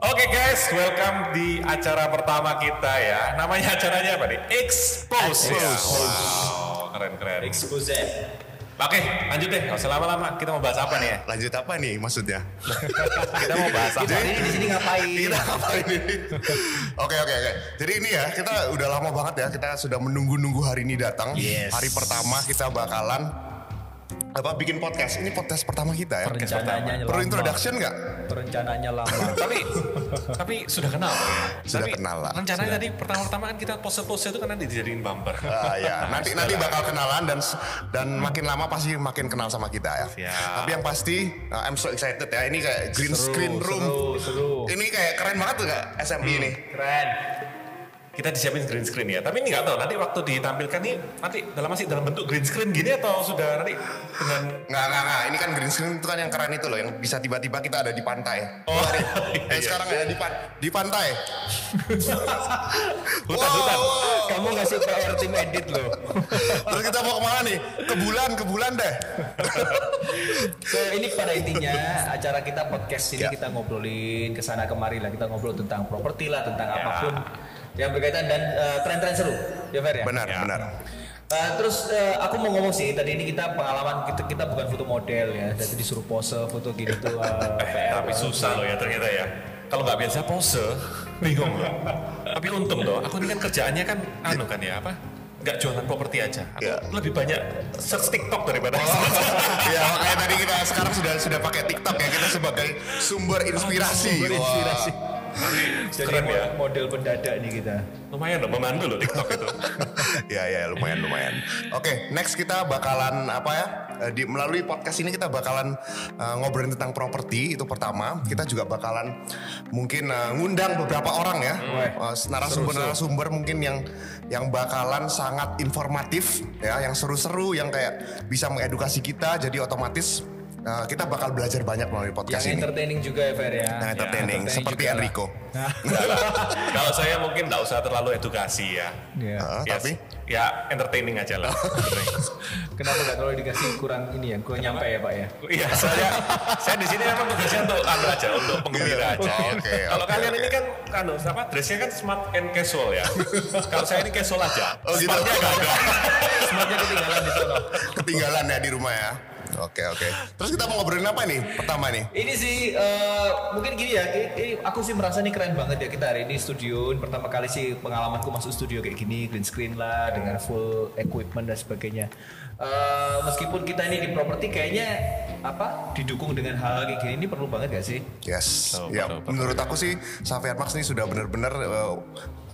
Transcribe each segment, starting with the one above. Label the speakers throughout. Speaker 1: Oke guys, welcome di acara pertama kita ya. Namanya acaranya apa nih? Expose. Ya. Wow, keren keren.
Speaker 2: Expose.
Speaker 1: Oke, lanjut deh. Gak usah lama-lama. Kita mau bahas apa nih ya?
Speaker 3: Lanjut apa nih maksudnya?
Speaker 1: Kita mau bahas apa?
Speaker 2: Jadi di sini ngapain?
Speaker 3: kita ngapain ini? Oke oke oke. Jadi ini ya kita udah lama banget ya kita sudah menunggu-nunggu hari ini datang.
Speaker 2: Yes.
Speaker 3: Hari pertama kita bakalan apa bikin podcast. Ini podcast pertama kita ya.
Speaker 2: Rencananya
Speaker 3: Perlu
Speaker 2: lama.
Speaker 3: introduction nggak?
Speaker 2: Perencanaannya lama.
Speaker 1: tapi tapi sudah kenal Pak, ya?
Speaker 3: Sudah
Speaker 1: Tapi
Speaker 3: kenal lah.
Speaker 1: Rencananya tadi pertama-tama kan kita pose-pose itu kan nanti dijadiin bumper.
Speaker 3: Ah, ya, nanti nanti bakal kenalan dan dan makin lama pasti makin kenal sama kita ya.
Speaker 1: Siap.
Speaker 3: Tapi yang pasti uh, I'm so excited ya. Ini kayak green
Speaker 2: Seru,
Speaker 3: screen room.
Speaker 2: Seru, seru.
Speaker 3: Ini kayak keren banget tuh kak SMI ini.
Speaker 2: Keren.
Speaker 1: Kita disiapin green screen ya. Tapi ini nggak tahu nanti waktu ditampilkan nih nanti dalam masih dalam bentuk green screen gini atau sudah nanti dengan
Speaker 3: Nggak, nggak, nggak. Ini kan green screen itu kan yang keren itu loh, yang bisa tiba-tiba kita ada di pantai.
Speaker 1: Oh, iya.
Speaker 3: Eh, sekarang ada di, pan- di pantai.
Speaker 1: hutan hutan.
Speaker 3: Wow, wow, wow.
Speaker 2: Kamu ngasih PR tim edit loh.
Speaker 3: Terus kita mau kemana nih? Ke bulan, ke bulan deh.
Speaker 2: So ini pada intinya acara kita podcast ini
Speaker 3: Ya.
Speaker 2: kita ngobrolin kesana kemari lah kita ngobrol tentang properti lah tentang
Speaker 3: Ya.
Speaker 2: apapun yang berkaitan dan eh, tren-tren seru. Ya Fer ya.
Speaker 3: Benar,
Speaker 1: Ya.
Speaker 3: benar.
Speaker 2: Eh, terus eh, aku mau ngomong sih tadi ini kita pengalaman kita kita bukan foto model ya, jadi disuruh pose foto gitu tuh eh, PR.
Speaker 1: Tapi susah loh ya ternyata ya. Kalau nggak biasa pose, bingung loh. Tapi untung loh, aku ini kan kerjaannya kan anu kan ya apa? Nggak jualan properti aja. Aku
Speaker 3: Ya.
Speaker 1: lebih banyak search TikTok daripada
Speaker 3: Oh. ya makanya tadi kita sekarang sudah sudah pakai TikTok ya kita sebagai sumber inspirasi.
Speaker 2: Sumber
Speaker 3: Wah.
Speaker 2: inspirasi. Jadi
Speaker 1: Keren ya.
Speaker 2: mo- model mendadak nih kita.
Speaker 1: Lumayan loh, memandu loh TikTok itu.
Speaker 3: ya ya lumayan lumayan. Oke, next kita bakalan apa ya? Eh, Di, melalui podcast ini kita bakalan eh, ngobrolin tentang properti itu pertama. Kita juga bakalan mungkin eh, ngundang beberapa orang ya,
Speaker 2: Weh,
Speaker 3: Eh, narasumber-narasumber mungkin yang yang bakalan sangat informatif ya, yang seru-seru, yang kayak bisa mengedukasi kita. Jadi otomatis eh, kita bakal belajar banyak melalui
Speaker 2: Yang
Speaker 3: podcast ini.
Speaker 2: entertaining juga ya Fer ya.
Speaker 3: Yang entertaining,
Speaker 2: entertaining
Speaker 3: seperti
Speaker 2: juga lah. Nah,
Speaker 3: Enrico.
Speaker 1: Nggak lah. Kalau saya mungkin nggak usah terlalu edukasi ya.
Speaker 2: Iya.
Speaker 3: Eh,
Speaker 1: Ya,
Speaker 3: tapi
Speaker 1: ya entertaining aja lah.
Speaker 2: Kenapa nggak terlalu dikasih kurang ini ya? Kurang nyampe ya Pak ya.
Speaker 1: Iya, saya saya di sini memang tugasnya untuk anu aja, untuk penggembira aja.
Speaker 3: Iya. Oke, oke,
Speaker 1: Kalau
Speaker 3: oke,
Speaker 1: kalian
Speaker 3: oke.
Speaker 1: ini kan anu apa dressnya kan smart and casual ya. Kalau saya ini casual aja.
Speaker 3: Oh, gitu.
Speaker 1: Smartnya nggak ada.
Speaker 2: Semuanya ketinggalan di sana.
Speaker 3: ketinggalan ya di rumah ya. Oke oke. Terus kita mau ngobrolin apa nih? Pertama nih.
Speaker 2: Ini sih eh, mungkin gini ya, ini- ini aku sih merasa nih keren banget ya kita hari ini studio. Pertama kali sih pengalamanku masuk studio kayak gini, green screen lah dengan full equipment dan sebagainya. Eh, meskipun kita ini di properti kayaknya apa didukung dengan hal, kayak gini ini perlu banget gak sih?
Speaker 3: Yes.
Speaker 1: Oh,
Speaker 3: ya,
Speaker 1: betul, betul.
Speaker 3: menurut aku sih Xavier Max ini sudah benar-benar uh,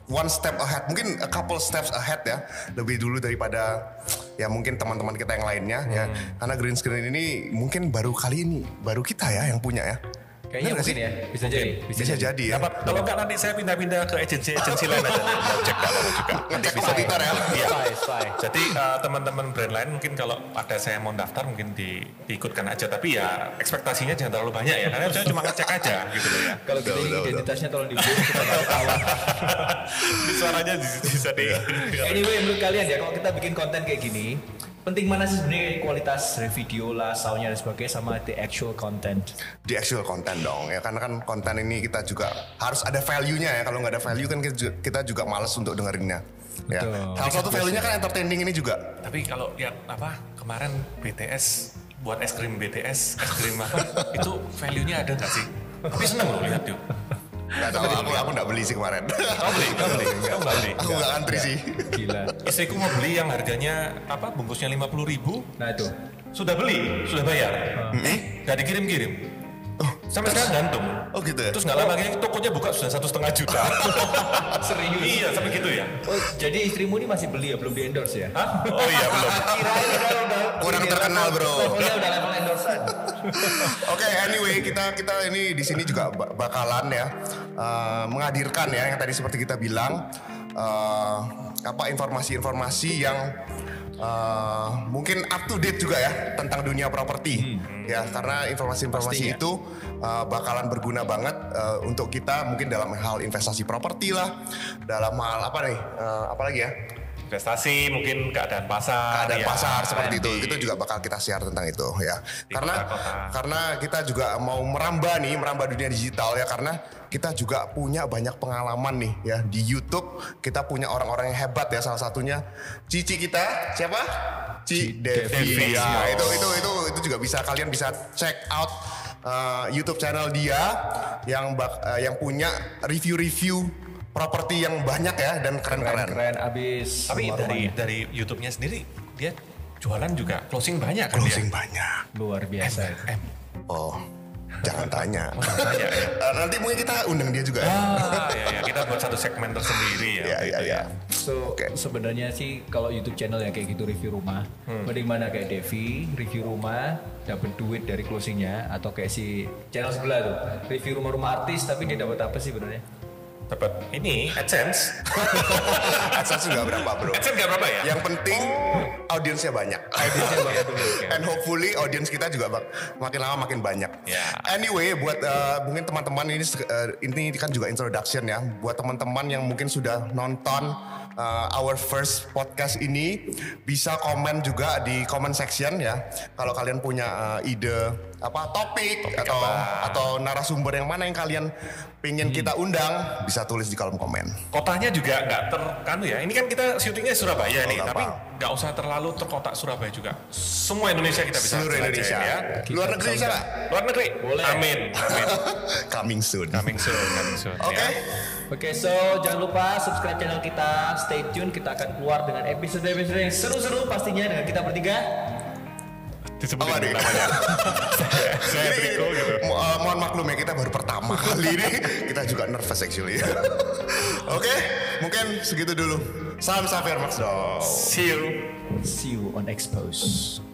Speaker 3: one step ahead, mungkin a couple steps ahead ya, lebih dulu daripada ya mungkin teman-teman kita yang lainnya ya.
Speaker 1: Hmm.
Speaker 3: Karena green screen ini mungkin baru kali ini, baru kita ya yang punya ya.
Speaker 2: Kayaknya
Speaker 3: Bener nggak
Speaker 2: mungkin
Speaker 3: sih?
Speaker 2: ya, bisa jadi.
Speaker 3: Bisa, jadi ya.
Speaker 1: Dapat kalau nggak nanti saya pindah-pindah ke agensi-agensi lain aja. Mau Cek kalau mau juga. Nanti
Speaker 3: Ngecek
Speaker 1: bisa
Speaker 3: kompetitor ya.
Speaker 1: Iya.
Speaker 2: Spy, spy.
Speaker 1: Jadi eh, teman-teman brand lain mungkin kalau ada saya mau daftar mungkin di, diikutkan aja tapi ya ekspektasinya jangan terlalu banyak ya karena saya cuma ngecek aja gitu loh ya.
Speaker 2: Kalau kita
Speaker 3: Udah,
Speaker 2: ini
Speaker 3: udah, udah.
Speaker 2: identitasnya tolong dibuat kita nggak ketahuan.
Speaker 1: ya. Suaranya bisa di, bisa di
Speaker 3: Iya.
Speaker 2: Anyway menurut kalian ya kalau kita bikin konten kayak gini penting mana sih sebenarnya kualitas dari video lah, soundnya dan sebagainya sama the actual content.
Speaker 3: Di actual konten dong ya, karena kan konten ini kita juga harus ada value-nya ya. Kalau nggak ada value kan kita juga, kita juga males untuk dengerinnya. Ya.
Speaker 2: Betul.
Speaker 3: Salah satu value-nya kan entertaining ini juga.
Speaker 1: Tapi kalau lihat apa kemarin BTS buat es krim BTS, es krim apa itu value-nya ada nggak sih? Tapi seneng loh lihat yuk.
Speaker 3: Gak tahu aku aku nggak beli sih kemarin.
Speaker 1: Kamu beli, kamu beli, kamu nggak beli.
Speaker 3: aku nggak antri sih.
Speaker 2: Gila.
Speaker 1: Istriku mau beli yang harganya apa bungkusnya 50.000 ribu
Speaker 2: Nah itu.
Speaker 1: sudah beli, sudah bayar. Eh, nggak dikirim-kirim. Sampai sekarang gantung.
Speaker 3: Oh gitu ya.
Speaker 1: Terus nggak lama lagi tokonya buka sudah satu setengah juta.
Speaker 2: Serius.
Speaker 1: iya, sampai gitu ya.
Speaker 2: Oh, jadi istrimu ini masih beli ya, belum di endorse ya?
Speaker 1: Hah? Oh iya belum.
Speaker 2: Kirain udah udah
Speaker 3: Kurang
Speaker 2: udah
Speaker 3: terkenal,
Speaker 2: level-
Speaker 3: bro.
Speaker 2: Levelnya udah level endorsean.
Speaker 3: Oke, anyway kita kita ini di sini juga ba- bakalan ya eh, menghadirkan ya yang tadi seperti kita bilang eh, apa informasi-informasi yang eh, mungkin up to date juga ya tentang dunia properti ya karena informasi-informasi
Speaker 2: Pastinya.
Speaker 3: itu eh, bakalan berguna banget eh, untuk kita mungkin dalam hal investasi properti lah dalam hal apa nih eh, apa lagi ya
Speaker 1: investasi, mungkin keadaan pasar,
Speaker 3: keadaan
Speaker 1: ya.
Speaker 3: pasar seperti itu. Itu juga bakal kita share tentang itu ya. karena
Speaker 1: kota-kota.
Speaker 3: karena kita juga mau merambah nih, merambah dunia digital ya karena kita juga punya banyak pengalaman nih ya di YouTube kita punya orang-orang yang hebat ya salah satunya Cici kita siapa? Ci Devi.
Speaker 1: Devi.
Speaker 3: Ya, itu itu itu itu juga bisa kalian bisa check out uh, YouTube channel dia yang bak- uh, yang punya review-review properti yang banyak ya dan
Speaker 2: keren
Speaker 3: keren-keren.
Speaker 2: keren abis
Speaker 1: Tapi
Speaker 2: Rumah-rumah.
Speaker 1: dari dari YouTube-nya sendiri dia jualan juga closing banyak kan dia.
Speaker 3: Closing banyak.
Speaker 2: luar biasa itu.
Speaker 1: M.
Speaker 3: Oh, jangan tanya.
Speaker 1: Eh. tanya, ya.
Speaker 3: Eh, Nanti mungkin kita undang dia juga. ya.
Speaker 1: Ah, ya, ya. Kita buat satu segmen tersendiri ya.
Speaker 3: Ya,
Speaker 1: waktu
Speaker 3: ya,
Speaker 1: itu
Speaker 3: ya.
Speaker 2: So
Speaker 3: Oke.
Speaker 2: sebenarnya sih kalau YouTube channel ya kayak gitu review rumah, mending mana kayak Devi review rumah dapat duit dari closingnya atau kayak si channel sebelah tuh review rumah-rumah artis tapi dia dapat apa sih sebenarnya?
Speaker 1: Dapat ini AdSense.
Speaker 3: Adsense juga berapa bro?
Speaker 1: AdSense gak berapa ya?
Speaker 3: Yang penting audiensnya banyak.
Speaker 2: Audiensnya banyak dulu, oke.
Speaker 3: And hopefully audiens kita juga bak- makin lama makin banyak.
Speaker 1: Ya.
Speaker 3: Anyway, buat eh, mungkin teman-teman ini se- eh, ini kan juga introduction ya. Buat teman-teman yang mungkin sudah nonton eh, our first podcast ini bisa komen juga di comment section ya. Kalau kalian punya eh, ide apa topik, atau atau narasumber yang mana yang kalian pengen kita undang bisa tulis di kolom komen.
Speaker 1: Kotanya juga nggak terkanu ya. Ini kan kita syutingnya Surabaya nih, tapi
Speaker 3: gampang.
Speaker 1: nggak usah terlalu terkotak Surabaya juga. Semua Indonesia kita ya. bisa
Speaker 3: Seluruh
Speaker 1: jelajahin
Speaker 3: Indonesia. Luar negeri bisa nggak?
Speaker 1: ya. Luar negeri.
Speaker 2: Boleh.
Speaker 1: Amin. Amin.
Speaker 3: Coming soon.
Speaker 1: Coming soon, coming soon.
Speaker 3: Oke.
Speaker 1: ya.
Speaker 2: Oke, so jangan lupa subscribe channel kita, stay tune, kita akan keluar dengan episode-episode yang seru-seru pastinya dengan kita bertiga.
Speaker 1: Disebutin
Speaker 3: Apa nih?
Speaker 1: namanya. Saya- Saya
Speaker 3: Ini-
Speaker 1: Rico gitu.
Speaker 3: mo- uh, mohon maklum ya kita baru pertama kali ini kita juga nervous actually. Oke, mungkin segitu dulu. Salam Safir Max dong.
Speaker 1: See you.
Speaker 2: See you on Expose.